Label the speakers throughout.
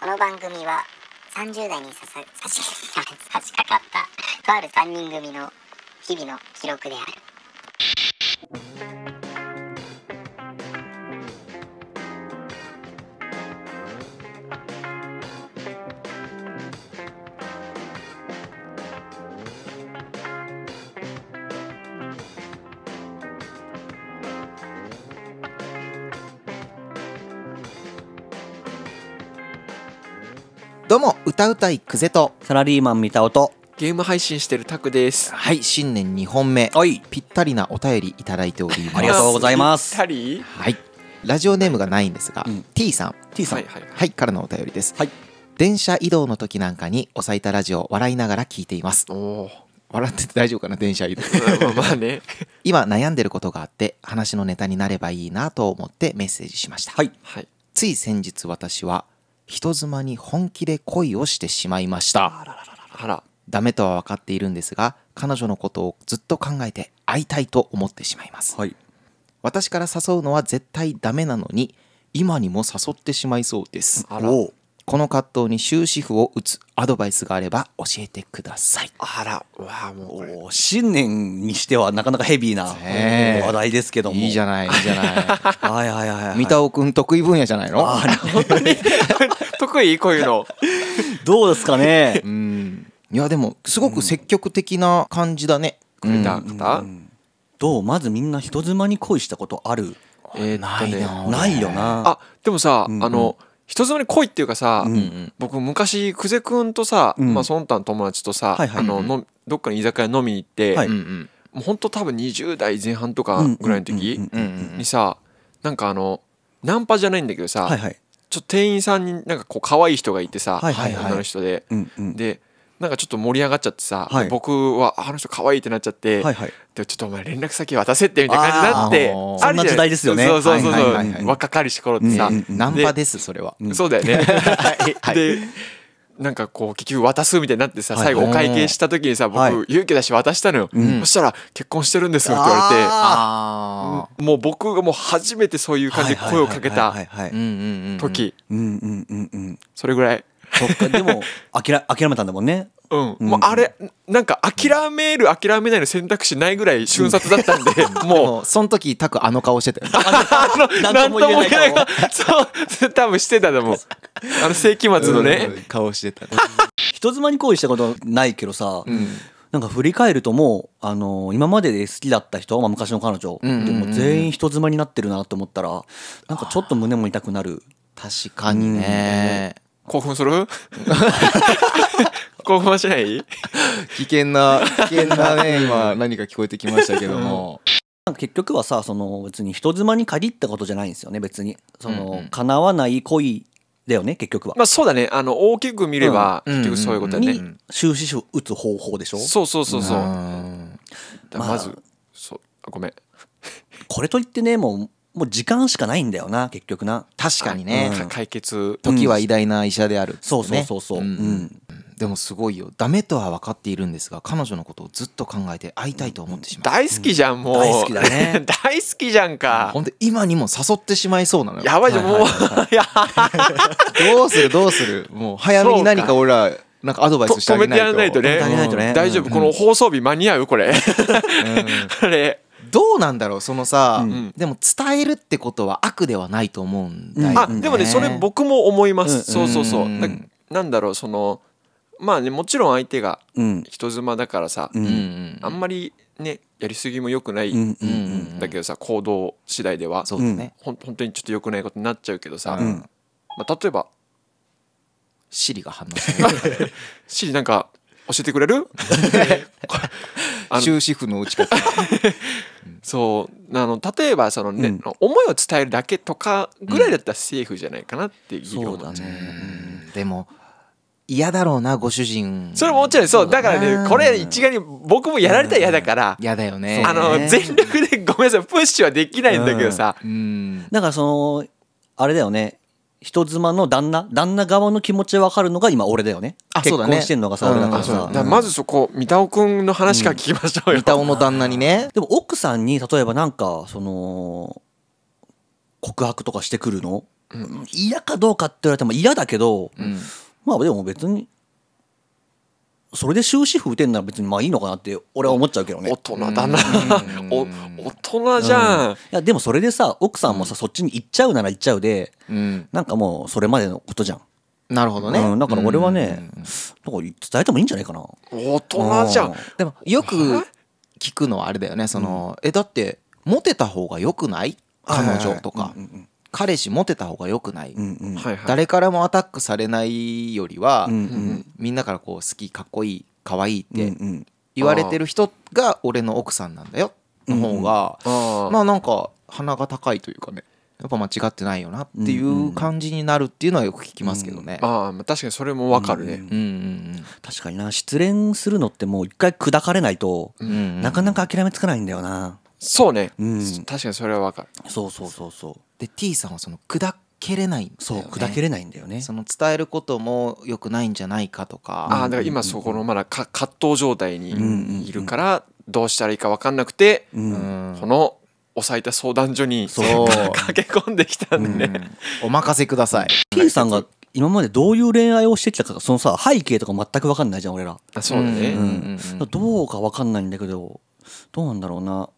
Speaker 1: この番組は30代にささ差し差し掛かったとある3人組の日々の記録である
Speaker 2: どうも歌うたいクゼと
Speaker 3: サラリーマン見た音。
Speaker 4: ゲーム配信してるタクです。
Speaker 2: はい新年2本目
Speaker 3: はい。
Speaker 2: ぴったりなお便りいただいております
Speaker 3: ありがとうございます
Speaker 4: ぴったり
Speaker 2: はいラジオネームがないんですが、
Speaker 3: うん
Speaker 2: T さん
Speaker 3: T さん。
Speaker 4: はいはいはい
Speaker 2: はいからのお便りです、
Speaker 3: はい
Speaker 2: 電車移動の時なんかにおさいたラジオを笑いながら聞いています
Speaker 4: お
Speaker 2: 笑ってて大丈夫かな電車移動
Speaker 4: ーまあまあね。
Speaker 2: 今悩んでることがあって話のネタになればいいなと思ってメッセージしました、
Speaker 3: はい。
Speaker 4: はい。
Speaker 2: つい先日私は人妻に本気で恋をしてしまいました
Speaker 4: あら。
Speaker 2: ダメとは分かっているんですが彼女のことをずっと考えて会いたいと思ってしまいます、
Speaker 3: はい。
Speaker 2: 私から誘うのは絶対ダメなのに今にも誘ってしまいそうです
Speaker 4: あら
Speaker 2: おうこの葛藤に終止符を打つアドバイスがあれば教えてください
Speaker 4: あら。うわあもうこれ。
Speaker 3: お新年にしてはなかなかヘビーな
Speaker 2: ねえ
Speaker 3: 話題ですけども。
Speaker 2: いいじゃないいいじゃな
Speaker 3: はいはいはい はい。
Speaker 2: い三田尾君得意分野じゃないの
Speaker 3: あー
Speaker 4: 得意こういうの。
Speaker 3: どうですかね
Speaker 2: う。んいやでもすごく積極的な感じだね、う
Speaker 4: み
Speaker 2: ん
Speaker 4: た方
Speaker 3: どうまずみんな人妻に恋したことある
Speaker 4: えーっとね
Speaker 2: ないな俺
Speaker 3: ないよな。
Speaker 4: あでもさ、
Speaker 3: うんうん
Speaker 4: あの人妻に恋っていうかさ、
Speaker 3: うん
Speaker 2: うん
Speaker 4: 僕昔久世君とさ、
Speaker 3: うん
Speaker 4: まあ、ソンタン友達とさ、
Speaker 3: はいはい
Speaker 4: あののどっかの居酒屋飲みに行って、
Speaker 3: は
Speaker 2: う
Speaker 3: い
Speaker 2: んうん
Speaker 4: もうほんと多分20代前半とか
Speaker 3: うん
Speaker 4: ぐらいの時
Speaker 3: うん
Speaker 2: うんうんうん
Speaker 4: にさなんかあのナンパじゃないんだけどさ、
Speaker 3: はいはい。
Speaker 4: ちょっと店員さんになんかこう可愛い人がいてさ、
Speaker 3: はいはいはい
Speaker 4: 女の人で、
Speaker 3: うんうん
Speaker 4: でなんかちょっと盛り上がっちゃってさ、
Speaker 3: はい
Speaker 4: で僕はああの人可愛いってなっちゃって、
Speaker 3: はいはい。
Speaker 4: でちょっとお前連絡先渡せってみたいな感じになって
Speaker 2: あー
Speaker 4: あるじゃ
Speaker 3: そんない時代ですよね
Speaker 4: そうそうそうそ
Speaker 2: は
Speaker 4: う、
Speaker 2: いはいはいはい
Speaker 4: 若かりし頃ってさ、
Speaker 3: うんうん
Speaker 2: ナンパですそれは
Speaker 3: うん
Speaker 4: そうだ よね。
Speaker 2: はい
Speaker 4: でなんかこう結局渡すみたいになってさ
Speaker 3: はい
Speaker 4: 最後お会計した時にさ
Speaker 3: はい
Speaker 4: 僕勇気出して渡したのよ
Speaker 3: うん
Speaker 4: そしたら「結婚してるんですよ」って言われて
Speaker 2: あ
Speaker 4: もう僕がもう初めてそういう感じで声をかけた
Speaker 3: はいはいはい
Speaker 2: ーうん
Speaker 3: はいはい。
Speaker 2: うんうん
Speaker 4: 時
Speaker 3: うんうんうんうん。
Speaker 4: それぐらい
Speaker 3: そっかでも諦諦めたんだもんね。
Speaker 4: うん
Speaker 3: うん
Speaker 4: もうあれなんか諦める諦めないの選択肢ないぐらい瞬殺だったんで もう
Speaker 2: もうその時タクあの顔して たよね
Speaker 4: なんとも言えない
Speaker 3: か
Speaker 4: がそう多分してたと 思うあの世紀末のね
Speaker 2: うん顔してたね
Speaker 3: 人妻に恋したことないけどさ、なんか振り返るともう、あのー今までで好きだった人、まあ、昔の彼女、
Speaker 2: んうんうん
Speaker 3: でも全員人妻になってるなと思ったらなんかちょっと胸も痛くなる
Speaker 2: 確かにね、
Speaker 4: 興奮する 興奮はしない
Speaker 2: 危険な危険な ね今何か聞こえてきましたけども、
Speaker 3: なんか結局はさその別に人妻に限ったことじゃないんですよね別にその、
Speaker 2: うんうん
Speaker 3: 叶わない恋だよね結局は、
Speaker 4: まあそうだねあの大きく見れば
Speaker 2: うん
Speaker 4: 結局そういうことだね、
Speaker 2: うんうんうん
Speaker 3: に終止符打つ方法でしょ
Speaker 4: そうそうそうそう、
Speaker 2: ん
Speaker 4: だからまず、そうあごめん
Speaker 3: これといってねもうもう時間しかないんだよな結局な
Speaker 2: 確かにね、
Speaker 4: あか解決
Speaker 2: 時は偉大な医者であるってね、
Speaker 3: そうそうそうそう、
Speaker 2: ん
Speaker 3: うん
Speaker 2: でもすごいよダメとは分かっているんですが彼女のことをずっと考えて会いたいと思ってしまう、
Speaker 4: 大好きじゃんもう、
Speaker 3: 大好きだね
Speaker 4: 大好きじゃんか
Speaker 2: ほんで今にも誘ってしまいそうなのよ
Speaker 4: やばいじゃんもう、
Speaker 3: はいはい
Speaker 4: いや
Speaker 2: どうするどうするもう早めに何か俺らなんかアドバイ
Speaker 4: と
Speaker 2: スしてあ
Speaker 4: 止
Speaker 2: げ
Speaker 4: め
Speaker 2: な
Speaker 4: て
Speaker 2: い
Speaker 4: や
Speaker 2: と
Speaker 4: らないとね
Speaker 3: 止めてあげないとね
Speaker 4: うん大丈夫、
Speaker 3: うん
Speaker 4: この放送日間に合うこれ あれ
Speaker 2: どうなんだろうそのさ、
Speaker 3: ん
Speaker 2: でも伝えるってことは悪ではないと思うんだよね、
Speaker 4: あでもねそれ僕も思います、
Speaker 3: うん
Speaker 4: そうそうそううんななんだろうそのまあねもちろん相手が
Speaker 3: うん
Speaker 4: 人妻だからさ、
Speaker 3: う
Speaker 2: う
Speaker 3: ん
Speaker 2: んうん
Speaker 4: あんまりねやりすぎも良くない、
Speaker 3: うんうん
Speaker 2: うんうん
Speaker 4: だけどさ行動次第では
Speaker 2: そうだね、
Speaker 4: ほん本当にちょっと良くないことになっちゃうけどさ、
Speaker 2: うん
Speaker 4: まあ、例えば
Speaker 2: シリが反応する
Speaker 4: シリなんか教えてく れるあの
Speaker 2: 終止符の打ち 方
Speaker 4: そうあの例えばその、ね
Speaker 3: うん
Speaker 4: 思いを伝えるだけとかぐらいだったらセーフじゃないかなっていう議
Speaker 3: そう
Speaker 4: 論な
Speaker 3: だ
Speaker 4: んじゃない、
Speaker 3: ね
Speaker 2: でも嫌だろうなご主人
Speaker 4: それももちろんそうだから
Speaker 2: うん
Speaker 4: ねこれ一概に僕もやられたら嫌だから、
Speaker 2: 嫌だよね
Speaker 4: あの
Speaker 3: ね
Speaker 4: 全力でごめんなさいプッシュはできないんだけどさ、
Speaker 2: うん
Speaker 3: だからそのあれだよね人妻の旦那旦那側の気持ち分かるのが今俺だよね
Speaker 2: あ
Speaker 3: 結
Speaker 2: そうだね
Speaker 3: 婚してんのがさ俺だから
Speaker 2: うん
Speaker 3: さ、
Speaker 4: だからまずそこ三田尾くんの話から聞きましょうよ、
Speaker 2: 三田尾の旦那に ね
Speaker 3: でも奥さんに例えばなんかその告白とかしてくるの嫌かどうかって言われても嫌だけど、
Speaker 2: うん
Speaker 3: まあでも別にそれで終止符打てんなら別にまあいいのかなって俺は思っちゃうけどね。
Speaker 4: 大人だな
Speaker 2: うん
Speaker 4: お大人じゃん、
Speaker 3: いやでもそれでさ奥さんもさ、そっちに行っちゃうなら行っちゃうで
Speaker 2: うん
Speaker 3: なんかもうそれまでのことじゃん。
Speaker 2: なるほどね、
Speaker 3: うん、だから俺はね、
Speaker 2: うん
Speaker 3: なんか伝えてもいいんじゃないかな。
Speaker 4: 大人じゃ
Speaker 3: うん
Speaker 2: でもよく聞くのはあれだよねその、えだってモテた方が良くない彼女とか、
Speaker 3: うん
Speaker 2: 彼氏モテた方が良くない、
Speaker 3: うんうんうん
Speaker 4: はいはい
Speaker 2: 誰からもアタックされないよりは、
Speaker 3: うんうん
Speaker 2: みんなからこう好きかっこいい可愛いっ
Speaker 3: うんう
Speaker 2: て
Speaker 3: ん
Speaker 2: 言われてる人が俺の奥さんなんだよの方が、
Speaker 4: あ
Speaker 2: まあなんか鼻が高いというかねやっぱ間違ってないよなってい
Speaker 3: んう
Speaker 2: うんう感じになるっていうのはよく聞きますけどね。
Speaker 4: あー確かにそれもわかるね、
Speaker 2: うんうん
Speaker 3: 確かにな失恋するのってもう一回砕かれないと、
Speaker 2: うんうん
Speaker 3: なかなか諦めつかないんだよな。
Speaker 4: そうね、
Speaker 3: うん
Speaker 4: 確かにそれはわかる
Speaker 3: そうそうそうそう。
Speaker 2: で T さんはその砕けれないんだよね
Speaker 3: そう、砕けれないんだよね。
Speaker 2: その伝えることも良くないんじゃないかとか
Speaker 4: ああだから今そこのまだか葛藤状態にいるからどうしたらいいか分かんなくて、
Speaker 3: う
Speaker 2: うんん
Speaker 4: この押さえた相談所に
Speaker 2: そう
Speaker 4: 駆け込んできたんでね、
Speaker 2: お任せください
Speaker 3: T さんが今までどういう恋愛をしてきたかそのさ背景とか全く分かんないじゃん俺ら、
Speaker 4: あそうだね、
Speaker 2: うんうんうん
Speaker 3: どうか分かんないんだけどどうなんだろうな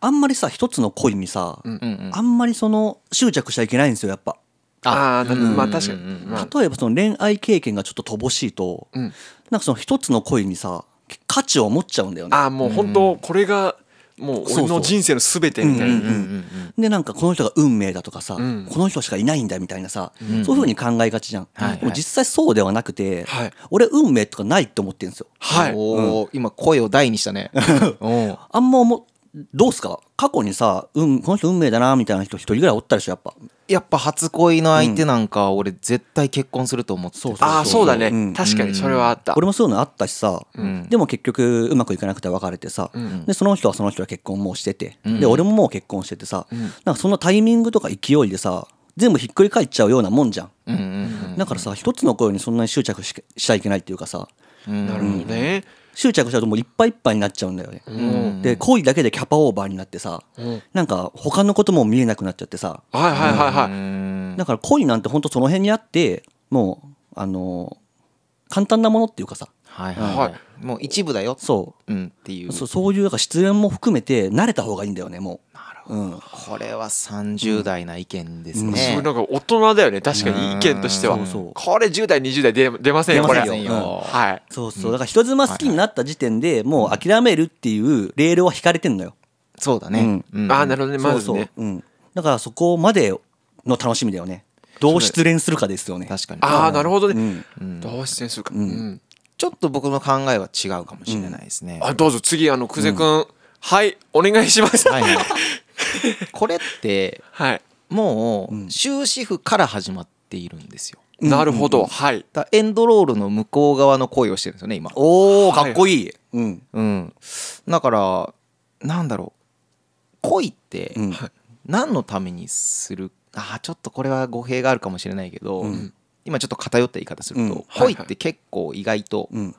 Speaker 3: あんまりさ一つの恋にさ、
Speaker 4: うん
Speaker 2: うんうん
Speaker 3: あんまりその執着しちゃいけないんですよやっぱ、
Speaker 4: ああー、
Speaker 2: うん
Speaker 4: まあ確かに、
Speaker 2: うん
Speaker 4: まあ、
Speaker 3: 例えばその恋愛経験がちょっと乏しいと、
Speaker 4: うん
Speaker 3: なんかその一つの恋にさ価値を持っちゃうんだよね
Speaker 4: あーもう本当これがもう俺の人生のすべてみたいな、
Speaker 3: そうそううんうんでなんかこの人が運命だとかさ、
Speaker 4: うん
Speaker 3: この人しかいないんだみたいなさ、
Speaker 2: ん
Speaker 3: そういうふうに考えがちじゃん、
Speaker 2: はいはい
Speaker 3: でも実際そうではなくて、
Speaker 4: はい
Speaker 3: 俺運命とかないって思ってるんですよ
Speaker 4: はい
Speaker 2: おー今声を大にしたねお
Speaker 3: あんま思うどうすか過去にさ、うん、この人運命だなみたいな人一人ぐらいおったでしょやっぱ
Speaker 2: やっぱ初恋の相手なんか俺絶対結婚すると思ってた
Speaker 3: そうそう
Speaker 4: ああそうだね、
Speaker 3: うん
Speaker 4: 確かにそれはあった、
Speaker 3: 俺もそういうのあったしさ、
Speaker 2: ん
Speaker 3: でも結局うまくいかなくて別れてさ、
Speaker 4: ん
Speaker 3: でその人はその人は結婚もうしてて、で俺ももう結婚しててさ、なんかそのタイミングとか勢いでさ全部ひっくり返っちゃうようなもんじゃん、
Speaker 2: うんうん
Speaker 3: だからさ一つの声にそんなに執着ししちゃいけないっていうかさ
Speaker 2: うん
Speaker 4: なるほどね、
Speaker 3: 執着しちゃうともういっぱいいっぱいになっちゃうんだよね、で恋だけでキャパオーバーになってさ、
Speaker 4: ん
Speaker 3: なんか他のことも見えなくなっちゃってさ、
Speaker 4: はいはいはいはい、
Speaker 2: うん
Speaker 3: だから恋なんて本当その辺にあってもうあの簡単なものっていうかさ
Speaker 2: はいはいは
Speaker 4: はい
Speaker 2: もう一部だよ
Speaker 3: そ
Speaker 2: うんっていうう
Speaker 3: そそういうなんか失恋も含めて慣れた方がいいんだよねも
Speaker 2: なるほ
Speaker 3: う、うん、
Speaker 2: どこれは30代な意見です
Speaker 3: うん
Speaker 4: すご
Speaker 2: ね
Speaker 4: いなんか大人だよね確かに意見としては
Speaker 3: うんそうそう
Speaker 4: これ10代20代出出ませんよ
Speaker 3: 出
Speaker 4: こ
Speaker 3: ま
Speaker 4: れ
Speaker 3: せんよ
Speaker 2: うん
Speaker 4: はい
Speaker 3: そうそうだから人妻好きになった時点でもう諦めるっていうレールは引かれてんのよ、
Speaker 2: そうだね
Speaker 3: う
Speaker 4: ああなる
Speaker 2: ほ
Speaker 4: ほどね
Speaker 3: そ
Speaker 4: ま
Speaker 3: う
Speaker 4: ず
Speaker 3: そう
Speaker 4: ね、
Speaker 3: うん、だからそこまでの楽しみだよねどう失恋するかですよね
Speaker 2: 確かに
Speaker 4: ああなるほど
Speaker 3: う
Speaker 4: ね、
Speaker 3: ん
Speaker 4: どう出演するか、うん
Speaker 2: ちょっと僕の考えは違うかもしれないですね、
Speaker 4: あどうぞ次あの久世くん、はいお願いします
Speaker 2: は
Speaker 4: はいい、
Speaker 2: はいこれっても
Speaker 3: うん
Speaker 2: う終止符から始まっているんですよ
Speaker 4: なるほど、はい
Speaker 2: だからエンドロールの向こう側の恋をしてるんですよね今
Speaker 3: おおかっこいい、うん
Speaker 2: うんだからなんだろう恋って
Speaker 3: うん
Speaker 2: 何のためにするあーちょっとこれは語弊があるかもしれないけど、
Speaker 3: うん
Speaker 2: 今ちょっと偏った言い方すると、
Speaker 3: うん
Speaker 2: 恋って結構意外と
Speaker 3: うん、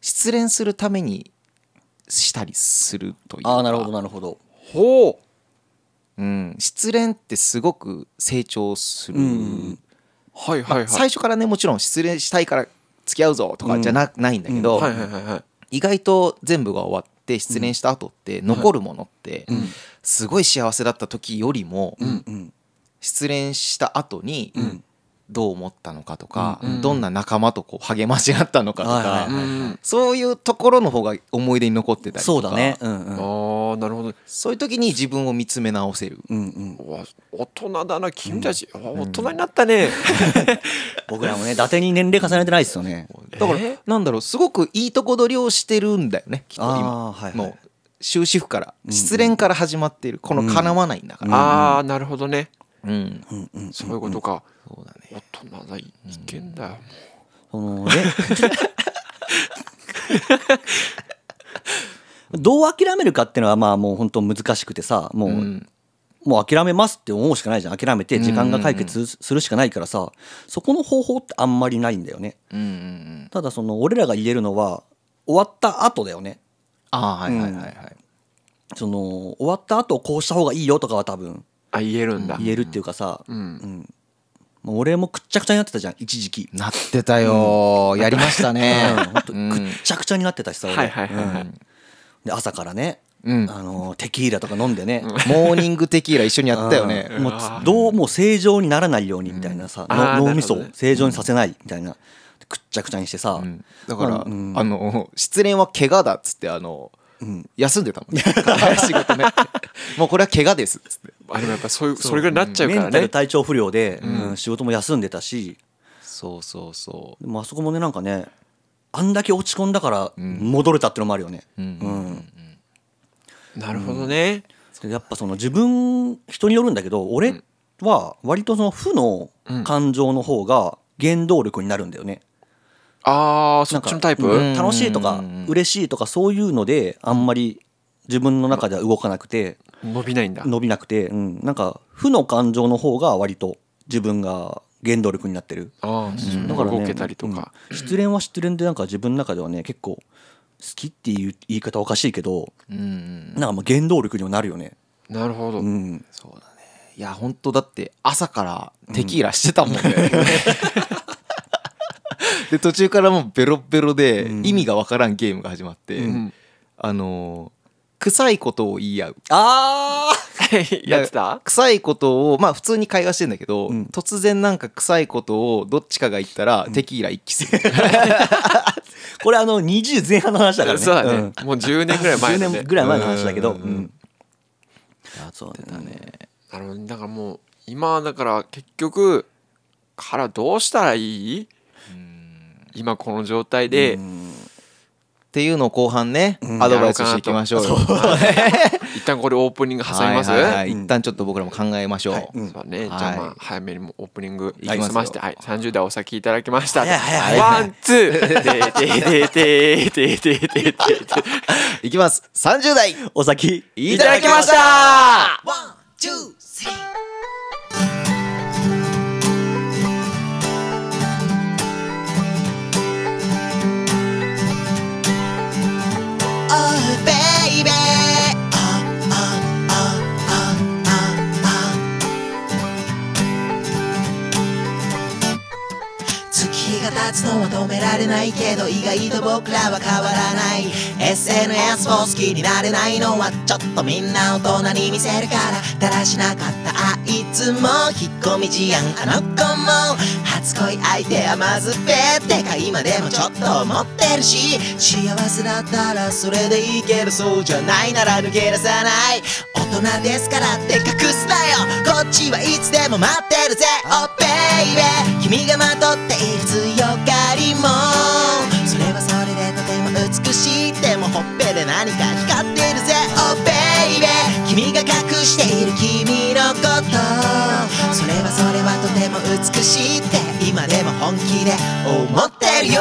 Speaker 2: 失恋するためにしたりするというか
Speaker 3: ああなるほどなるほど
Speaker 4: ほ
Speaker 2: うん、失恋ってすごく成長する、
Speaker 3: うん
Speaker 4: うはいはいはい、
Speaker 2: 最初からねもちろん失恋したいから付き合うぞとかじゃな,、ないんだけど、
Speaker 4: はいはいはいはい
Speaker 2: 意外と全部が終わって失恋した後って残るものって
Speaker 3: ん
Speaker 2: すごい幸せだった時よりも
Speaker 3: うんうん
Speaker 2: 失恋した後に
Speaker 3: ん
Speaker 2: どう思ったのかとか
Speaker 4: うん
Speaker 2: どんな仲間とこう励まし合ったのかと
Speaker 3: はいはい
Speaker 2: か
Speaker 3: は
Speaker 4: うん
Speaker 2: そういうところの方が思い出に残ってたり
Speaker 3: そ
Speaker 2: と
Speaker 3: うだね
Speaker 2: か
Speaker 3: うんうん
Speaker 4: ああなるほど
Speaker 2: そういう時に自分を見つめ直せる
Speaker 3: うんうん、
Speaker 4: うわ大人だな君たち、うわ大人になったね、
Speaker 3: 僕らもね伊達に年齢重ねてないですよね。
Speaker 2: だから
Speaker 4: え
Speaker 2: なんだろうすごくいいとこ取りをしてるんだよねきっと
Speaker 3: あー
Speaker 2: 今
Speaker 3: はいはい
Speaker 2: もう終止符から失恋から始まっているこの叶わないんだから
Speaker 4: ああなるほどね
Speaker 2: うん
Speaker 3: うんうん、
Speaker 4: そういうことか、
Speaker 2: そうだね
Speaker 4: 大人だい意見だよ、
Speaker 3: そのね どう諦めるかっていうのはまあもう本当難しくてさもう、
Speaker 2: うん
Speaker 3: もう諦めますって思うしかないじゃん諦めて時間が解決するしかないからさ、そこの方法ってあんまりないんだよね
Speaker 2: うんうんうん
Speaker 3: ただその俺らが言えるのは終わった後だよね
Speaker 2: ああはいはいはいはい
Speaker 3: その終わった後こうした方がいいよとかは多分
Speaker 4: あ言えるんだ、
Speaker 3: 言えるっていうかさ、
Speaker 4: うん
Speaker 3: うんもう俺もくっちゃくちゃになってたじゃん一時期
Speaker 2: なってたよ、やりましたね
Speaker 3: うんほんと
Speaker 2: うん
Speaker 3: くっちゃくちゃになってたしさ俺
Speaker 4: はいはいはいはい
Speaker 3: うんで朝からね、
Speaker 2: うん
Speaker 3: あのテキーラとか飲んでね、
Speaker 2: モーニングテキーラ一緒にやったよね
Speaker 3: うんもうつどうもう正常にならないようにみたいなさ、
Speaker 4: うんあー
Speaker 3: の脳みそ
Speaker 4: なる
Speaker 3: を
Speaker 4: ほどね
Speaker 3: 正常にさせないみたいなくっちゃくちゃにしてさ、
Speaker 2: うんだから、
Speaker 3: うん
Speaker 2: あの失恋は怪我だっつってあの、休んでたもんね 仕事ね もうこれは怪我ですっつって
Speaker 4: あでもやっぱそういうそれぐらいになっちゃう
Speaker 3: メ
Speaker 4: か
Speaker 3: ン
Speaker 4: ら
Speaker 3: タル
Speaker 4: ね
Speaker 3: 体調不良で、うん仕事も休んでたし
Speaker 2: そうそうそ
Speaker 3: でもあそこもねなんかねあんだけ落ち込んだから戻れたってのもあるよね。
Speaker 2: ん
Speaker 3: うん
Speaker 4: なるほどね
Speaker 3: でやっぱその自分人によるんだけど俺は割とその負の感情の方が原動力になるんだよね。
Speaker 4: ああそっちのタイプ、
Speaker 3: うん楽しいとか
Speaker 2: うん
Speaker 3: 嬉しいとかそういうのであんまり自分の中では動かなくて
Speaker 4: 伸びないんだ
Speaker 3: 伸びなくて、うん、なんか負の感情の方が割と自分が原動力になってる。
Speaker 4: ああ、そう
Speaker 3: だからね
Speaker 4: 動けたりとか、
Speaker 3: うん失恋は失恋でなんか自分の中ではね結構好きっていう言い方おかしいけど
Speaker 2: ううん
Speaker 3: なんかまあ原動力にもなるよね
Speaker 4: なるほど、
Speaker 3: うん
Speaker 2: そうだねいや本当だって朝からテキーラしてたもんね、で途中からもうベロベロで意味がわからんゲームが始まって、
Speaker 4: ん
Speaker 2: あの臭いことを言い合う
Speaker 3: あ
Speaker 4: やってた
Speaker 2: 臭いことをまあ普通に会話してんだけど、
Speaker 3: うん
Speaker 2: 突然なんか臭いことをどっちかが言ったらテキーラ一気す る、
Speaker 3: これあの20前半の話だからね
Speaker 4: そうだね、
Speaker 3: ん
Speaker 4: もう10年ぐらい前だ
Speaker 3: 10
Speaker 4: ね
Speaker 3: 年ぐらい前の話だけど
Speaker 2: うん
Speaker 3: うん
Speaker 2: そうだね
Speaker 4: なるほどねだからもう今はだから結局からどうしたらいい今この状態で、
Speaker 2: っていうのを後半ね、
Speaker 3: ん
Speaker 2: アドバイスしていきましょうよ
Speaker 4: 一旦これオープニング挟みます、
Speaker 2: はいはいはい
Speaker 3: うん
Speaker 2: 一旦ちょっと僕らも考えましょう、
Speaker 3: うん
Speaker 4: そうだ
Speaker 2: は
Speaker 4: ね、
Speaker 2: い
Speaker 4: じゃあまあ早めにもオープニング
Speaker 2: いきますよ
Speaker 4: 済まして、はい、30代お先いただきました
Speaker 3: はいはいはい
Speaker 4: ワンツ ーででででででででで
Speaker 2: いきます30代
Speaker 3: お先
Speaker 2: い
Speaker 4: いただきました
Speaker 5: 月日が経つのは止められないけど意外と僕らは変わらない SNS も好きになれないのはちょっとみんな大人に見せるからだらしなかったあいつも引っ込み思案あの子も初恋相手はまずべってか今でもちょっと思ってるし幸せだったらそれでいいけどそうじゃないなら抜け出さない大人ですからって隠すなよこっちはいつでも待ってるぜ Oh baby 君がまとっている強がりもそれはそれでとても美しいでもほっぺで何か光っているぜ Oh baby 君が隠している君のことそれはそれはとても美しいって今でも本気で思ってるよ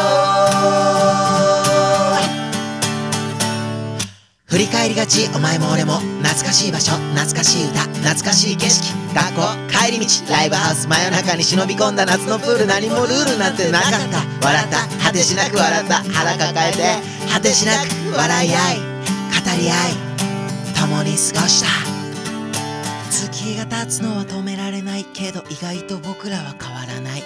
Speaker 5: 振り返りがちお前も俺も懐かしい場所懐かしい歌懐かしい景色学校帰り道ライブハウス真夜中に忍び込んだ夏のプール何もルールなんてなかった笑った果てしなく笑った腹抱えて果てしなく笑い合い語り合い共に過ごした月が経つのは止められないけど意外と僕らは変わらない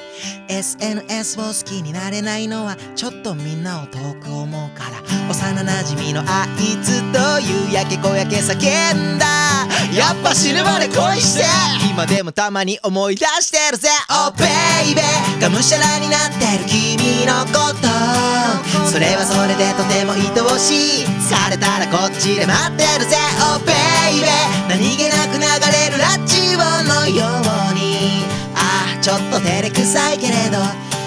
Speaker 5: SNS を好きになれないのはちょっとみんなを遠く思うから幼なじみのあいつと夕焼け小焼け叫んだやっぱ死ぬまで恋して今でもたまに思い出してるぜ Oh baby がむしゃらになってる君のことそれはそれでとても愛おしいされたらこっちで待ってるぜ Oh baby 何気なく流れるラジオのようにああちょっと照れくさいけれど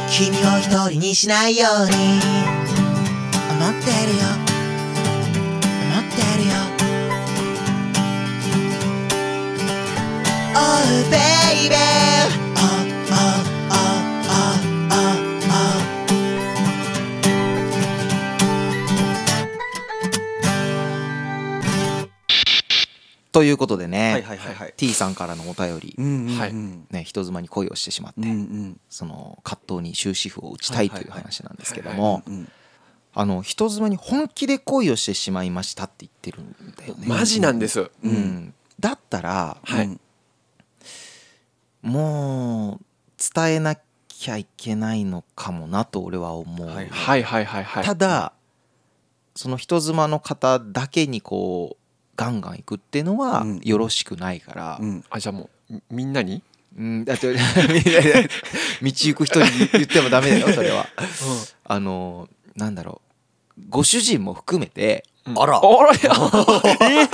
Speaker 5: 君を一人にしないように思ってるよ思ってるよ Oh baby Oh oh oh oh oh oh
Speaker 2: ということでね、
Speaker 3: はいはいはいはい
Speaker 2: T さんからのお便り、
Speaker 3: うんうんうん
Speaker 4: はい
Speaker 3: うん
Speaker 2: ね、人妻に終をしてしまって、
Speaker 3: うん
Speaker 2: その葛藤に終止符を打ちたいという話なんですけども
Speaker 4: は
Speaker 3: うん
Speaker 2: あの人妻に本気で恋をしてしまいましたって言ってるんだよね。
Speaker 4: マジなんです、
Speaker 2: うんだったら
Speaker 4: はい、
Speaker 3: うん
Speaker 2: もう伝えなきゃいけないのかもなと俺は思う、
Speaker 3: はい
Speaker 4: はいはいはいはい
Speaker 2: ただその人妻の方だけにこうガンガンいくっていうのは
Speaker 3: うん
Speaker 2: よろしくないから、
Speaker 3: うん
Speaker 4: あじゃあもうみみんなに
Speaker 2: うん、だって 道行く人に言ってもダメだよそれは、あのなんだろうご主人も含めて、
Speaker 3: あら
Speaker 4: あらや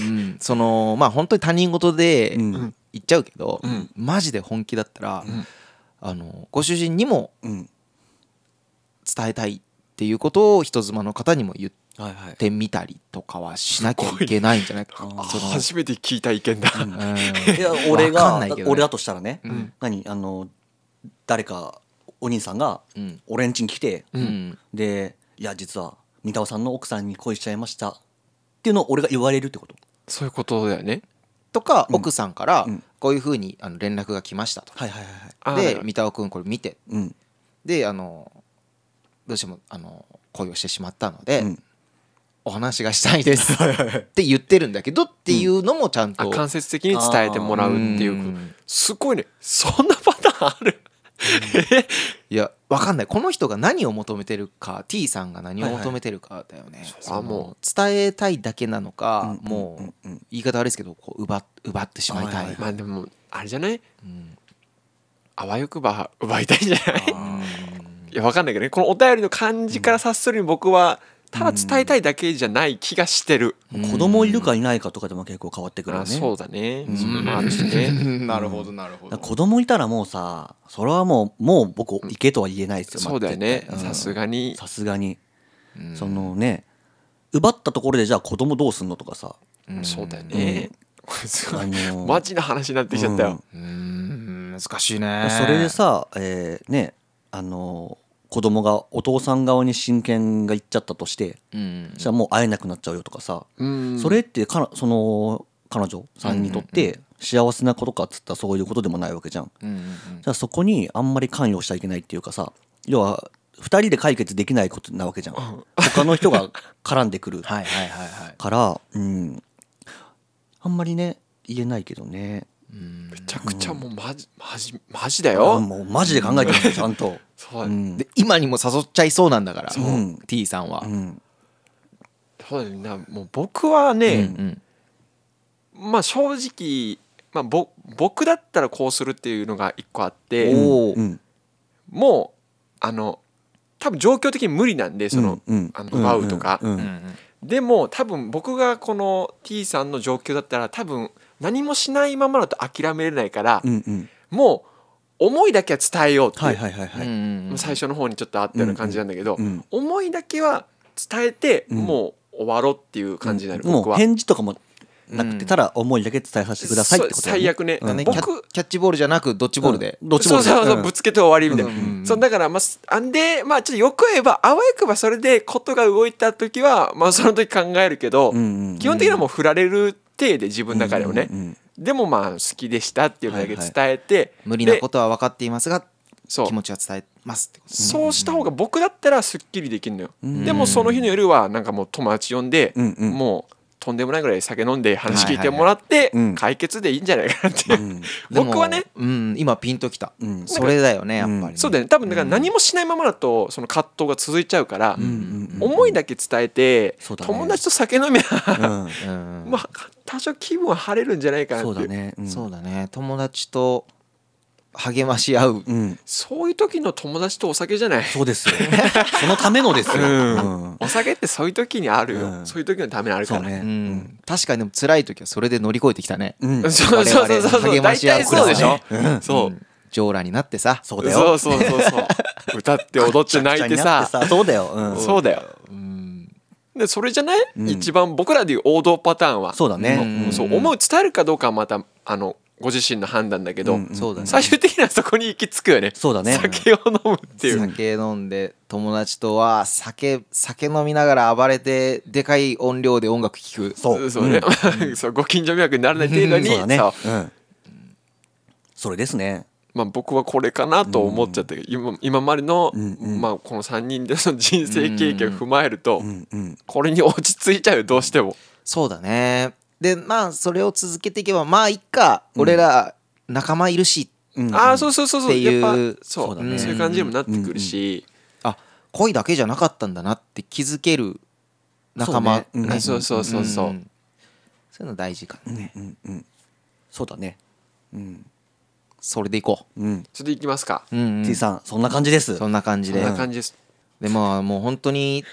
Speaker 2: うん、そのまあ本当に他人事で
Speaker 3: う
Speaker 2: 言
Speaker 3: ん
Speaker 2: っちゃうけど、
Speaker 4: うん
Speaker 2: マジで本気だったら、
Speaker 4: ん
Speaker 2: あのご主人にも
Speaker 3: うん
Speaker 2: 伝えたいっていうことを人妻の方にも言っ
Speaker 3: はいはい
Speaker 2: てみたりとかはしなきゃいけないんじゃないかなその
Speaker 4: 初めて聞いた意見だ、
Speaker 3: い や俺
Speaker 2: わか
Speaker 3: が
Speaker 2: んないけどね
Speaker 3: 俺だとしたらね、
Speaker 2: うん
Speaker 3: 何あの誰かお兄さんが
Speaker 2: うん
Speaker 3: 俺ん家に来て、
Speaker 2: うんうん
Speaker 3: でいや実は三田尾さんの奥さんに恋しちゃいましたっていうのを俺が言われるってこと
Speaker 4: そういうことだよね
Speaker 2: とか奥さんから
Speaker 3: うん
Speaker 2: こういうふうにあの連絡が来ましたと。
Speaker 3: はいはいはいはい
Speaker 4: あーなる
Speaker 2: で
Speaker 4: ほど
Speaker 2: 三田尾君これ見て
Speaker 3: うん
Speaker 2: であのどうしてもあの恋をしてしまったので、
Speaker 3: うん
Speaker 2: お話がしたいですって言ってるんだけどっていうのもちゃんと、
Speaker 4: あ間接的に伝えてもらうっていう
Speaker 2: う
Speaker 4: こと
Speaker 2: ん
Speaker 4: すごいねそんなパターンあるえ
Speaker 2: いやわかんないこの人が何を求めてるか T さんが何を求めてるかだよね、その
Speaker 4: あも
Speaker 2: 伝えたいだけなのか、
Speaker 3: うん
Speaker 2: もう、
Speaker 3: うんうん
Speaker 2: 言い方悪いですけどこう奪っ奪ってしまいたい、
Speaker 3: はいはい
Speaker 4: まあでもあれじゃない
Speaker 2: うん
Speaker 4: あわよくば奪いたいんじゃ ない
Speaker 3: あ
Speaker 4: いやわかんないけどねこのお便りの感じから察するに僕はただ伝えたいだけじゃない気がしてる、
Speaker 3: ー子供いるかいないかとかでも結構変わってくるよ
Speaker 4: あ
Speaker 3: ね
Speaker 4: そう
Speaker 3: だ
Speaker 4: だね、
Speaker 3: うん
Speaker 4: それもあるしね
Speaker 2: なるほどなるほ
Speaker 3: から子供いたらもうさそれはもうもう僕行けとは言えないですよ
Speaker 4: そうだよね
Speaker 3: まあ絶対
Speaker 4: さす
Speaker 3: うん
Speaker 4: がに
Speaker 3: さすがに
Speaker 2: うん
Speaker 3: そのね奪ったところでじゃあ子供どうすんのとかさ
Speaker 2: うん
Speaker 4: そうだよね、これすご
Speaker 3: あ
Speaker 4: い
Speaker 3: のー
Speaker 4: マジな話になってきちゃったよ、
Speaker 2: うん難しいね
Speaker 3: それでさ、えーねあのー子供がお父さん側に親権がいっちゃったとして
Speaker 2: うん
Speaker 3: じゃあもう会えなくなっちゃうよとかさ、
Speaker 4: うん
Speaker 3: それってかなその彼女さんにとって幸せなことかっつったらそういうことでもないわけじゃん。
Speaker 2: うんうん
Speaker 3: じゃあそこにあんまり関与しちゃいけないっていうかさ要は2人で解決できないことなわけじゃん。他の人が絡んでくる
Speaker 2: はいはいはいはい
Speaker 3: から、うん、あんまりね言えないけどね。
Speaker 2: うん
Speaker 4: めちゃくちゃもうマジマジマジだ
Speaker 3: あ
Speaker 4: よ、
Speaker 3: もうマジで考えてますよちゃん と。
Speaker 4: そう
Speaker 3: う
Speaker 4: だね
Speaker 3: ん
Speaker 2: で今にも誘っちゃいそうなんだから
Speaker 3: そう
Speaker 2: T さんは
Speaker 3: うん
Speaker 4: そうだねなもう僕はね、
Speaker 2: ん
Speaker 4: まあ正直、まあ、ぼ僕だったらこうするっていうのが一個あって
Speaker 2: お
Speaker 3: うん
Speaker 4: もうあの多分状況的に無理なんでその、
Speaker 3: うん
Speaker 4: あの奪うとか
Speaker 3: んん
Speaker 4: でも多分僕がこの T さんの状況だったら多分何もしないままだと諦めれないから、
Speaker 3: うんうん
Speaker 4: もう思いだけは伝えようっていう、
Speaker 3: はいはいはいはい、
Speaker 4: もう最初の方にちょっとあったような感じなんだけど、
Speaker 3: うん
Speaker 4: 思いだけは伝えて
Speaker 3: うん
Speaker 4: もう終わろうっていう感じになる、
Speaker 3: も
Speaker 4: 僕
Speaker 3: う
Speaker 4: は。
Speaker 3: 返事とかもなくて、
Speaker 2: うん
Speaker 3: ただ思いだけ伝えさせてくださいってこと
Speaker 4: そう最悪ね、
Speaker 2: だねキャ
Speaker 4: 僕
Speaker 2: キャッチボールじゃなくドッジボールで
Speaker 3: どっち
Speaker 4: そ
Speaker 3: も
Speaker 4: うそうそう、ぶつけて終わりみたいな、
Speaker 2: うんうんうん
Speaker 4: そうだからまあすあんでまあちょっとよく言えばあわよくばそれでことが動いた時はまあその時考えるけど、
Speaker 3: うんうん
Speaker 4: 基本的にはもう振られる体で自分の中でもね、
Speaker 3: うんうん
Speaker 4: でもまあ好きでしたっていうのだけ伝えて、
Speaker 2: 無理な
Speaker 4: で
Speaker 2: ことは分かっていますが
Speaker 4: そう
Speaker 2: 気持ちは伝えますってこと
Speaker 4: そうした方が僕だったらすっきりできるのよ、
Speaker 3: ん
Speaker 4: でもその日の夜はなんかもう友達呼んで、
Speaker 3: うんうん
Speaker 4: もうとんでもないぐらい酒飲んで話聞いてもらって
Speaker 3: はいはいはいうん
Speaker 4: 解決でいいんじゃないかなっていう、
Speaker 3: うん
Speaker 2: でも
Speaker 4: 僕はね
Speaker 2: うん今ピンときた
Speaker 3: うん
Speaker 2: それだよねやっぱり
Speaker 3: う
Speaker 2: ね
Speaker 3: ん
Speaker 4: そうだよね多分だから何もしないままだとその葛藤が続いちゃうから、
Speaker 3: んうん
Speaker 4: 思いだけ伝えて、
Speaker 3: そうだね
Speaker 4: 友達と酒飲みは、
Speaker 3: うん
Speaker 2: うん
Speaker 4: まあ多少気分は晴れるんじゃないかなって
Speaker 3: そ
Speaker 4: いうう
Speaker 3: だね、うん、
Speaker 2: そうだね友達と励まし合う
Speaker 3: うん
Speaker 4: そういう時の友達とお酒じゃない
Speaker 3: そうですよ そのためのですよ、
Speaker 4: うん
Speaker 3: うん
Speaker 4: お酒ってそういう時にあるよ、
Speaker 3: うん
Speaker 4: そういう時のためにあるか
Speaker 3: そう
Speaker 4: ら
Speaker 2: う
Speaker 3: ね
Speaker 2: ん確かにでも辛い時はそれで乗り越えてきたね
Speaker 3: うん
Speaker 4: そうそうそうそ
Speaker 2: 我々
Speaker 4: うそう
Speaker 2: 励ま
Speaker 4: 大
Speaker 2: し合う
Speaker 4: 体そうでしょ、そう
Speaker 2: う、ん上羅になってさ
Speaker 3: そうだよ
Speaker 4: そうそうそうそう歌って踊って泣いてさ
Speaker 3: そうだよ、うん、
Speaker 4: そうだよでそれじゃない、
Speaker 3: うん
Speaker 4: 一番僕らでいう王道パターンは
Speaker 3: そうだね、
Speaker 4: うんそう思う伝えるかどうかはまたあのご自身の判断だけど、
Speaker 3: うん
Speaker 2: そうだね
Speaker 4: 最終的にはそこに行き着くよね
Speaker 3: そうだね
Speaker 4: 酒を飲むっていう、
Speaker 2: 酒飲んで友達とは酒酒飲みながら暴れてでかい音量で音楽聴く
Speaker 3: そう
Speaker 4: そうね、 そうご近所迷惑にならない程度に、
Speaker 3: そうだね
Speaker 4: そう
Speaker 3: うんそれですね
Speaker 4: まあ、僕はこれかなと思っちゃったけど、今今までの、
Speaker 3: うんうん
Speaker 4: まあ、この3人での人生経験を踏まえると、
Speaker 3: うんうん
Speaker 4: これに落ち着いちゃうよどうしても
Speaker 2: そうだねでまあそれを続けていけばまあいっか俺ら仲間いるしっ
Speaker 3: うん
Speaker 4: ああそうそうそうそう
Speaker 2: っていう
Speaker 4: やっぱそう
Speaker 2: そうだ
Speaker 4: ね、
Speaker 2: ね
Speaker 4: そういう感じにもなってくるし、
Speaker 2: あ恋だけじゃなかったんだなって気づける仲間
Speaker 3: そうねうん
Speaker 4: あそうそうそうそう、
Speaker 2: んそういうの大事かなね、
Speaker 3: うんうんそうだねうん
Speaker 2: それでいこ
Speaker 3: うん
Speaker 4: それでいきますか、
Speaker 2: う、うんうん
Speaker 3: T さんそんな感じです
Speaker 2: そんな感じ
Speaker 4: こん
Speaker 2: で
Speaker 4: な感じです、
Speaker 2: でまあもう本当に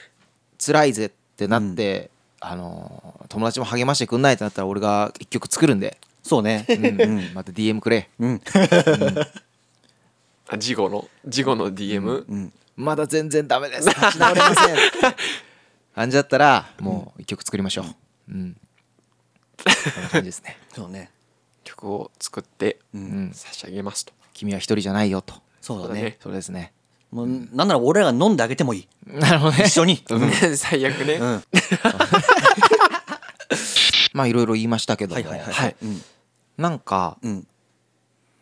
Speaker 2: 辛いぜってなって、あのー友達も励ましてくんないってなったら俺が一曲作るんで、
Speaker 3: そうね
Speaker 2: うんまた DM くれ
Speaker 3: うん
Speaker 4: あ事後の事後の DM、
Speaker 3: うん
Speaker 2: まだ全然ダメ です立ち直れません感じだったらもう一曲作りましょううんこんな感じですね
Speaker 3: そうね
Speaker 4: 曲を作って
Speaker 2: うん
Speaker 4: 差し上げますと、
Speaker 2: 君は一人じゃないよと
Speaker 3: そうだ
Speaker 4: そうだね
Speaker 3: ね
Speaker 2: それですね
Speaker 3: もうなんなら俺らが飲んであげてもいい
Speaker 2: なるほどね
Speaker 3: 一緒に
Speaker 4: 最悪ね、
Speaker 3: うん
Speaker 2: まあいろいろ言いましたけども
Speaker 3: はいはいはいうん
Speaker 2: なんか
Speaker 3: うん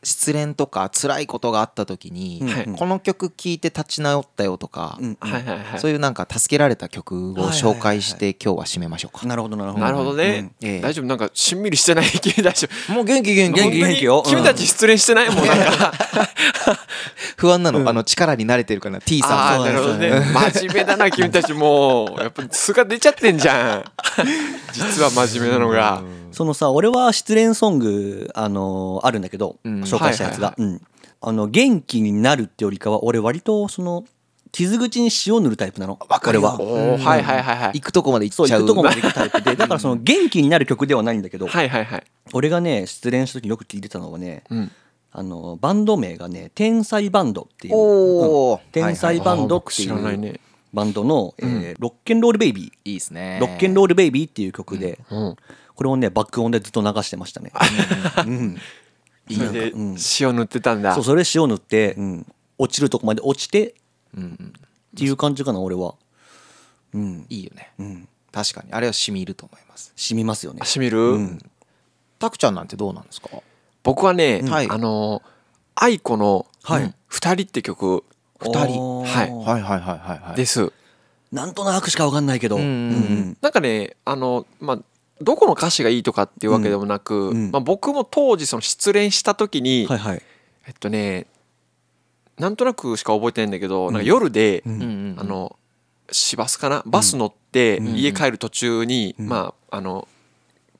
Speaker 2: 失恋とか辛いことがあった時に、
Speaker 4: はい
Speaker 2: この曲聴いて立ち直ったよとか、
Speaker 3: うん
Speaker 4: はいはいはい
Speaker 2: そういうなんか助けられた曲を紹介して今日は締めましょうか。
Speaker 3: なるほどなるほど
Speaker 4: なるほどね、
Speaker 2: うんええ
Speaker 4: 大丈夫なんかしんみりしてない君大丈夫
Speaker 2: もう元気元気
Speaker 3: 元気
Speaker 4: 本当に
Speaker 3: 元気ようん
Speaker 4: 君たち失恋してないもんな んか
Speaker 2: 不安なの、あの力に慣れてるから T
Speaker 4: あ
Speaker 2: さん
Speaker 4: あ
Speaker 2: も
Speaker 4: なるほどね真面目だな君たちもうやっぱ素が出ちゃってんじゃ ん実は真面目なのが
Speaker 3: そのさ俺は失恋ソング、あのーあるんだけど、
Speaker 2: うん
Speaker 3: 紹介したやつが、うんあの元気になるってよりかは俺割とその傷口に塩塗るタイプなの俺は
Speaker 4: おお、はいはいはいは
Speaker 2: 行
Speaker 4: い
Speaker 2: くとこまで行
Speaker 3: そ
Speaker 2: っ
Speaker 3: う
Speaker 2: ちゃ
Speaker 3: 行
Speaker 2: う
Speaker 3: くとこまで行くタイプでだからその元気になる曲ではないんだけど、
Speaker 4: はいはいはい
Speaker 3: 俺がね失恋した時によく聴いてたのはね、
Speaker 4: うん
Speaker 3: あのバンド名がね「天才バンド」っていう、
Speaker 2: おー
Speaker 3: うん天才バンドってい
Speaker 4: 知らないうね
Speaker 3: バンドの、えーロッケンロールベイビ
Speaker 2: いいですね
Speaker 3: ー」ロッケンロールベイビー」っていう曲で、
Speaker 4: うん
Speaker 3: これをね爆音でずっと流してましたね。うん
Speaker 4: それで
Speaker 3: うん
Speaker 4: 塩塗ってたんだ
Speaker 3: そうそれ塩塗って、落ちるとこまで落ちてっ
Speaker 2: うん
Speaker 3: ていう感じかな俺はうん
Speaker 2: いいよね
Speaker 3: うん
Speaker 2: 確かにあれは染み入ると思います
Speaker 3: 染みますよね
Speaker 4: あしみる、
Speaker 2: たくちゃんなんてどうなんですか
Speaker 4: 僕はね、
Speaker 2: はい
Speaker 4: あのー愛子の
Speaker 3: はい
Speaker 4: 「二人」って曲
Speaker 2: 二人
Speaker 3: おー
Speaker 4: は
Speaker 2: は
Speaker 4: い
Speaker 2: いはいはいはいはい
Speaker 4: です、
Speaker 3: なんとなくしかわかんないけど
Speaker 2: う
Speaker 3: うんん
Speaker 4: なんかねあのまあどこの歌詞がいいとかっていうわけでもなく、
Speaker 3: うんうん
Speaker 4: まあ、僕も当時その失恋した時に、
Speaker 3: はいはい
Speaker 4: えっとねなんとなくしか覚えてないんだけど、なんか夜で、
Speaker 3: うん
Speaker 2: うんうんうん
Speaker 4: あの市バスかなバス乗って
Speaker 3: うん
Speaker 4: 家帰る途中に、
Speaker 3: うん
Speaker 4: まああの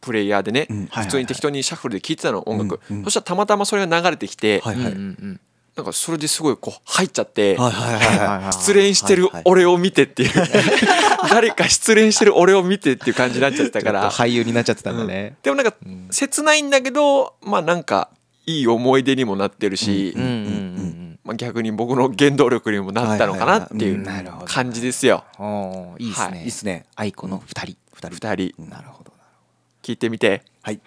Speaker 4: プレイヤーでね、
Speaker 3: うん
Speaker 2: はいはいはい
Speaker 4: 普通に適当にシャッフルで聴いてたの音楽、
Speaker 3: うんうん
Speaker 4: そしたらたまたまそれが流れてきて、
Speaker 3: はい
Speaker 2: うんう
Speaker 3: は
Speaker 2: ん
Speaker 3: い
Speaker 2: うん
Speaker 4: なんかそれですごいこう入っちゃって、
Speaker 3: はいはいはい
Speaker 2: はい
Speaker 4: 失恋してる俺を見てっていう 誰か失恋してる俺を見てっていう感じになっちゃっ
Speaker 2: だ
Speaker 4: た
Speaker 2: か
Speaker 4: からら
Speaker 2: 俳優になっちゃってたんだね
Speaker 4: でもなんか
Speaker 2: うん
Speaker 4: 切ないんだけどまあなんかいい思い出にもなってるし、
Speaker 2: うんうん
Speaker 4: まあ、逆に僕の原動力にもなったのかなってい
Speaker 3: は
Speaker 4: う
Speaker 3: いはいはいうんなる
Speaker 2: ほど
Speaker 4: 感じですよ。
Speaker 2: うんうんおーいいです
Speaker 4: はい
Speaker 2: ね
Speaker 3: いいっすね
Speaker 2: 愛子の二人
Speaker 3: 二人
Speaker 4: 二人
Speaker 2: なるほどな
Speaker 4: 聞いてみて
Speaker 3: はい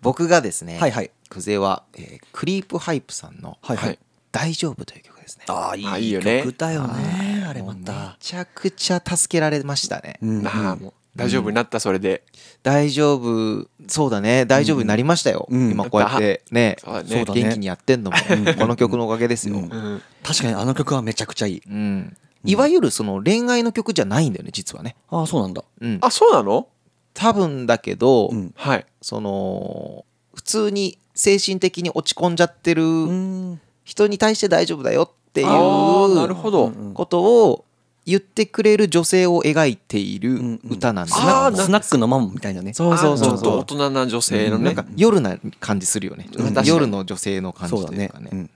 Speaker 2: 僕がですね
Speaker 3: はいはい
Speaker 2: クゼは、えークリープハイプさんの
Speaker 3: はいはい
Speaker 2: 「大丈夫」という曲ですね
Speaker 3: あ
Speaker 4: あ
Speaker 3: あ
Speaker 4: い
Speaker 3: い
Speaker 4: い
Speaker 3: い
Speaker 4: よね
Speaker 3: 曲だよねあれ
Speaker 2: も
Speaker 3: ま
Speaker 2: うめ
Speaker 3: た
Speaker 2: ちゃくちゃ助けられましたね、
Speaker 3: うん
Speaker 4: ああもう大丈夫になったそれで、
Speaker 2: 大丈夫そうだね大丈夫になりましたよ、
Speaker 3: うん
Speaker 2: 今こうやってね
Speaker 4: そうだね
Speaker 2: そうだね元気にやってんのもこの曲のおかげですよ、
Speaker 3: うん
Speaker 4: うん
Speaker 3: 確かにあの曲はめちゃくちゃいい
Speaker 2: うんいわゆるその恋愛の曲じゃないんだよね実はね、
Speaker 3: ああそうなんだ
Speaker 2: うん、
Speaker 4: あそうなの
Speaker 2: 多分だけど、
Speaker 3: うん
Speaker 4: はい
Speaker 2: その普通に精神的に落ち込んじゃってる
Speaker 3: ん
Speaker 2: 人に対して大丈夫だよっていう
Speaker 4: あーなるほど、
Speaker 3: うん
Speaker 2: ことを言ってくれる女性を描いている歌なんです
Speaker 4: うんうんあー
Speaker 3: スナックのママみたいなね
Speaker 2: そうそうそう
Speaker 4: あちょっと
Speaker 2: そ
Speaker 4: 大人な女性の
Speaker 2: う。な
Speaker 4: ね
Speaker 2: んか夜な感じするよね
Speaker 4: うん確か。に
Speaker 2: 夜の女性の感
Speaker 3: そう
Speaker 2: じ
Speaker 3: だ
Speaker 2: という
Speaker 3: ね
Speaker 2: か
Speaker 3: う
Speaker 2: ね。
Speaker 3: ん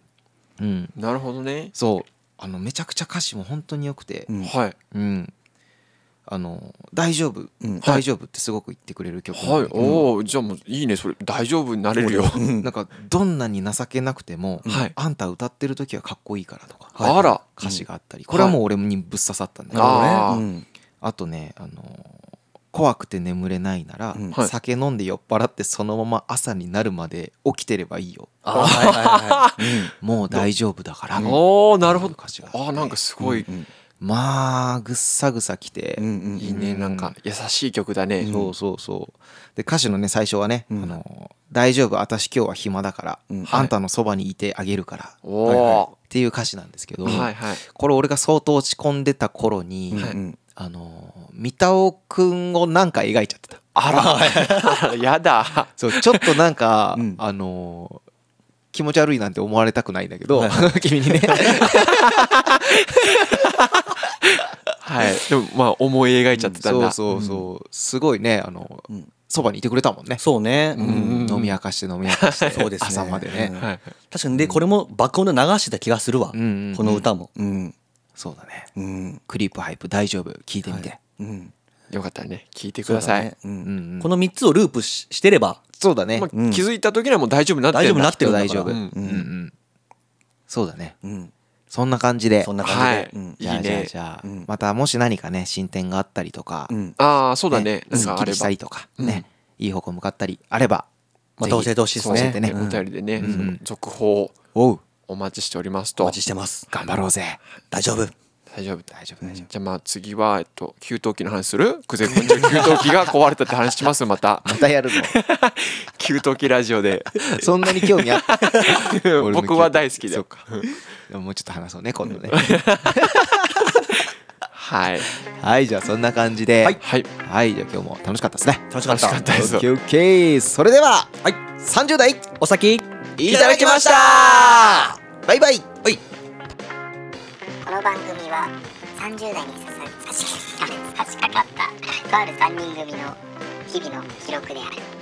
Speaker 2: うん。
Speaker 4: なるほどね、
Speaker 2: そう。あのめちゃくちゃ歌詞も本当に良くて
Speaker 3: う、ん
Speaker 4: はい
Speaker 2: うん。あの大丈夫
Speaker 3: うん
Speaker 2: 大丈夫ってすごく言ってくれる曲なん
Speaker 4: はい
Speaker 2: だけど。
Speaker 4: おおじゃあもういいねそれ大丈夫になれるよ、
Speaker 2: なんかどんなに情けなくても
Speaker 4: はい、
Speaker 2: あんた歌ってる時はかっこいいからとか、
Speaker 4: あら
Speaker 2: 歌詞があったり、これはもう俺にぶっ刺さったんだけ
Speaker 4: なる
Speaker 2: ど
Speaker 4: ほどね
Speaker 3: ああ
Speaker 4: う
Speaker 2: あとね、あのー怖くて眠れないなら、
Speaker 3: うん
Speaker 4: はい
Speaker 2: 酒飲んで酔っ払ってそのまま朝になるまで起きてればいいよ
Speaker 3: ああはいはいはいうん
Speaker 2: もう大丈夫だから、
Speaker 4: おおなるほど
Speaker 2: 歌詞が
Speaker 4: あーなんかすごい、
Speaker 3: うん
Speaker 2: まあぐっさぐさきて、
Speaker 3: うんうん
Speaker 4: いいね
Speaker 2: うん
Speaker 4: なんか優しい曲だね、
Speaker 2: そうそうそうで歌詞のね最初はね、
Speaker 3: うん
Speaker 2: あのー大丈夫私今日は暇だから、
Speaker 3: うん
Speaker 2: あんたのそばにいてあげるから」
Speaker 4: おお、
Speaker 2: っていう歌詞なんですけど、
Speaker 4: はいはい
Speaker 2: これ俺が相当落ち込んでた頃に、
Speaker 4: はい
Speaker 3: うん
Speaker 2: あのー三田尾くんをなんか描いちゃってた。
Speaker 4: あらやだ
Speaker 2: そうちょっとなんか、
Speaker 3: うん
Speaker 2: あのー気持ち悪いなんて思われたくないんだけど、
Speaker 3: はい
Speaker 2: 君 にね
Speaker 4: はいでもまあ思い描いちゃってたんだ、
Speaker 2: そうそうそう、すごいねあの
Speaker 3: うん
Speaker 2: そば、にいてくれたもんね、
Speaker 3: そうね。
Speaker 2: うん
Speaker 4: うん
Speaker 2: 飲み明かして飲み明かして
Speaker 3: そうですね
Speaker 2: 朝までね、
Speaker 3: うん
Speaker 4: はい、
Speaker 3: 確かに、で、これも爆音で流してた気がするわ。
Speaker 2: うんうんうん
Speaker 3: この歌も。うん。
Speaker 2: そうだね
Speaker 3: うん。
Speaker 2: クリープハイプ大丈夫聞いてみて、
Speaker 3: うん。
Speaker 4: よかったらね聞いてください
Speaker 3: そうだねうん
Speaker 2: うんうん
Speaker 3: この3つをループししてれば、
Speaker 2: そうだね、
Speaker 4: まあ
Speaker 3: うん
Speaker 4: 気づいた時にはもう大丈夫になって
Speaker 3: 大丈夫
Speaker 4: ん
Speaker 3: に
Speaker 4: だ
Speaker 3: なってるんだか
Speaker 2: 大
Speaker 3: ら
Speaker 2: 丈夫、
Speaker 4: う
Speaker 2: うんんうんうんそうだね
Speaker 3: うん。
Speaker 2: そんな感じで
Speaker 3: そんな感じで。
Speaker 4: はい
Speaker 3: うん
Speaker 2: じゃ
Speaker 4: いい
Speaker 2: あ
Speaker 4: ね
Speaker 2: じゃあじゃあ、
Speaker 3: うん
Speaker 2: またもし何かね進展があったりとか、
Speaker 3: うん。
Speaker 4: ああそうだねなん
Speaker 2: すっ
Speaker 4: かあ
Speaker 2: き
Speaker 4: れ
Speaker 2: りし
Speaker 4: ば
Speaker 2: たりとか、ねいい方向向かったりあれば
Speaker 3: また
Speaker 2: ぜひ
Speaker 3: 教えてほしいです
Speaker 4: そう
Speaker 3: ね。
Speaker 2: 教え
Speaker 4: です
Speaker 2: て
Speaker 4: ね
Speaker 2: ね
Speaker 4: お便りでね、
Speaker 2: うん
Speaker 4: その続報
Speaker 2: おう
Speaker 4: お待ちしております
Speaker 3: お
Speaker 4: と
Speaker 3: 待ちしてます。
Speaker 2: 頑張ろうぜ
Speaker 3: 大丈夫。
Speaker 4: 大丈夫
Speaker 2: 大丈夫大丈
Speaker 4: じゃあまあ次は、えっと、給湯器の話する久世君の給湯器が壊れたって話しますまた
Speaker 2: 夫またやるの
Speaker 4: 給湯器ラジオで
Speaker 2: そんなに興味あった俺の
Speaker 4: 僕は大好きだ
Speaker 2: そうかでももうちょっと話そうね今度ね
Speaker 4: はい
Speaker 2: はいじゃあそんな感じでは
Speaker 4: はい、はい、
Speaker 2: はいじゃあ今日も楽しかったですね
Speaker 3: 楽しかった。
Speaker 4: たです
Speaker 2: オッケーオッケーそれでは
Speaker 3: はい。
Speaker 2: 30代い
Speaker 3: お先。
Speaker 2: ただきましたバイバイはい
Speaker 1: この番組は30代にささ差し差し掛かったとある3人組の日々の記録である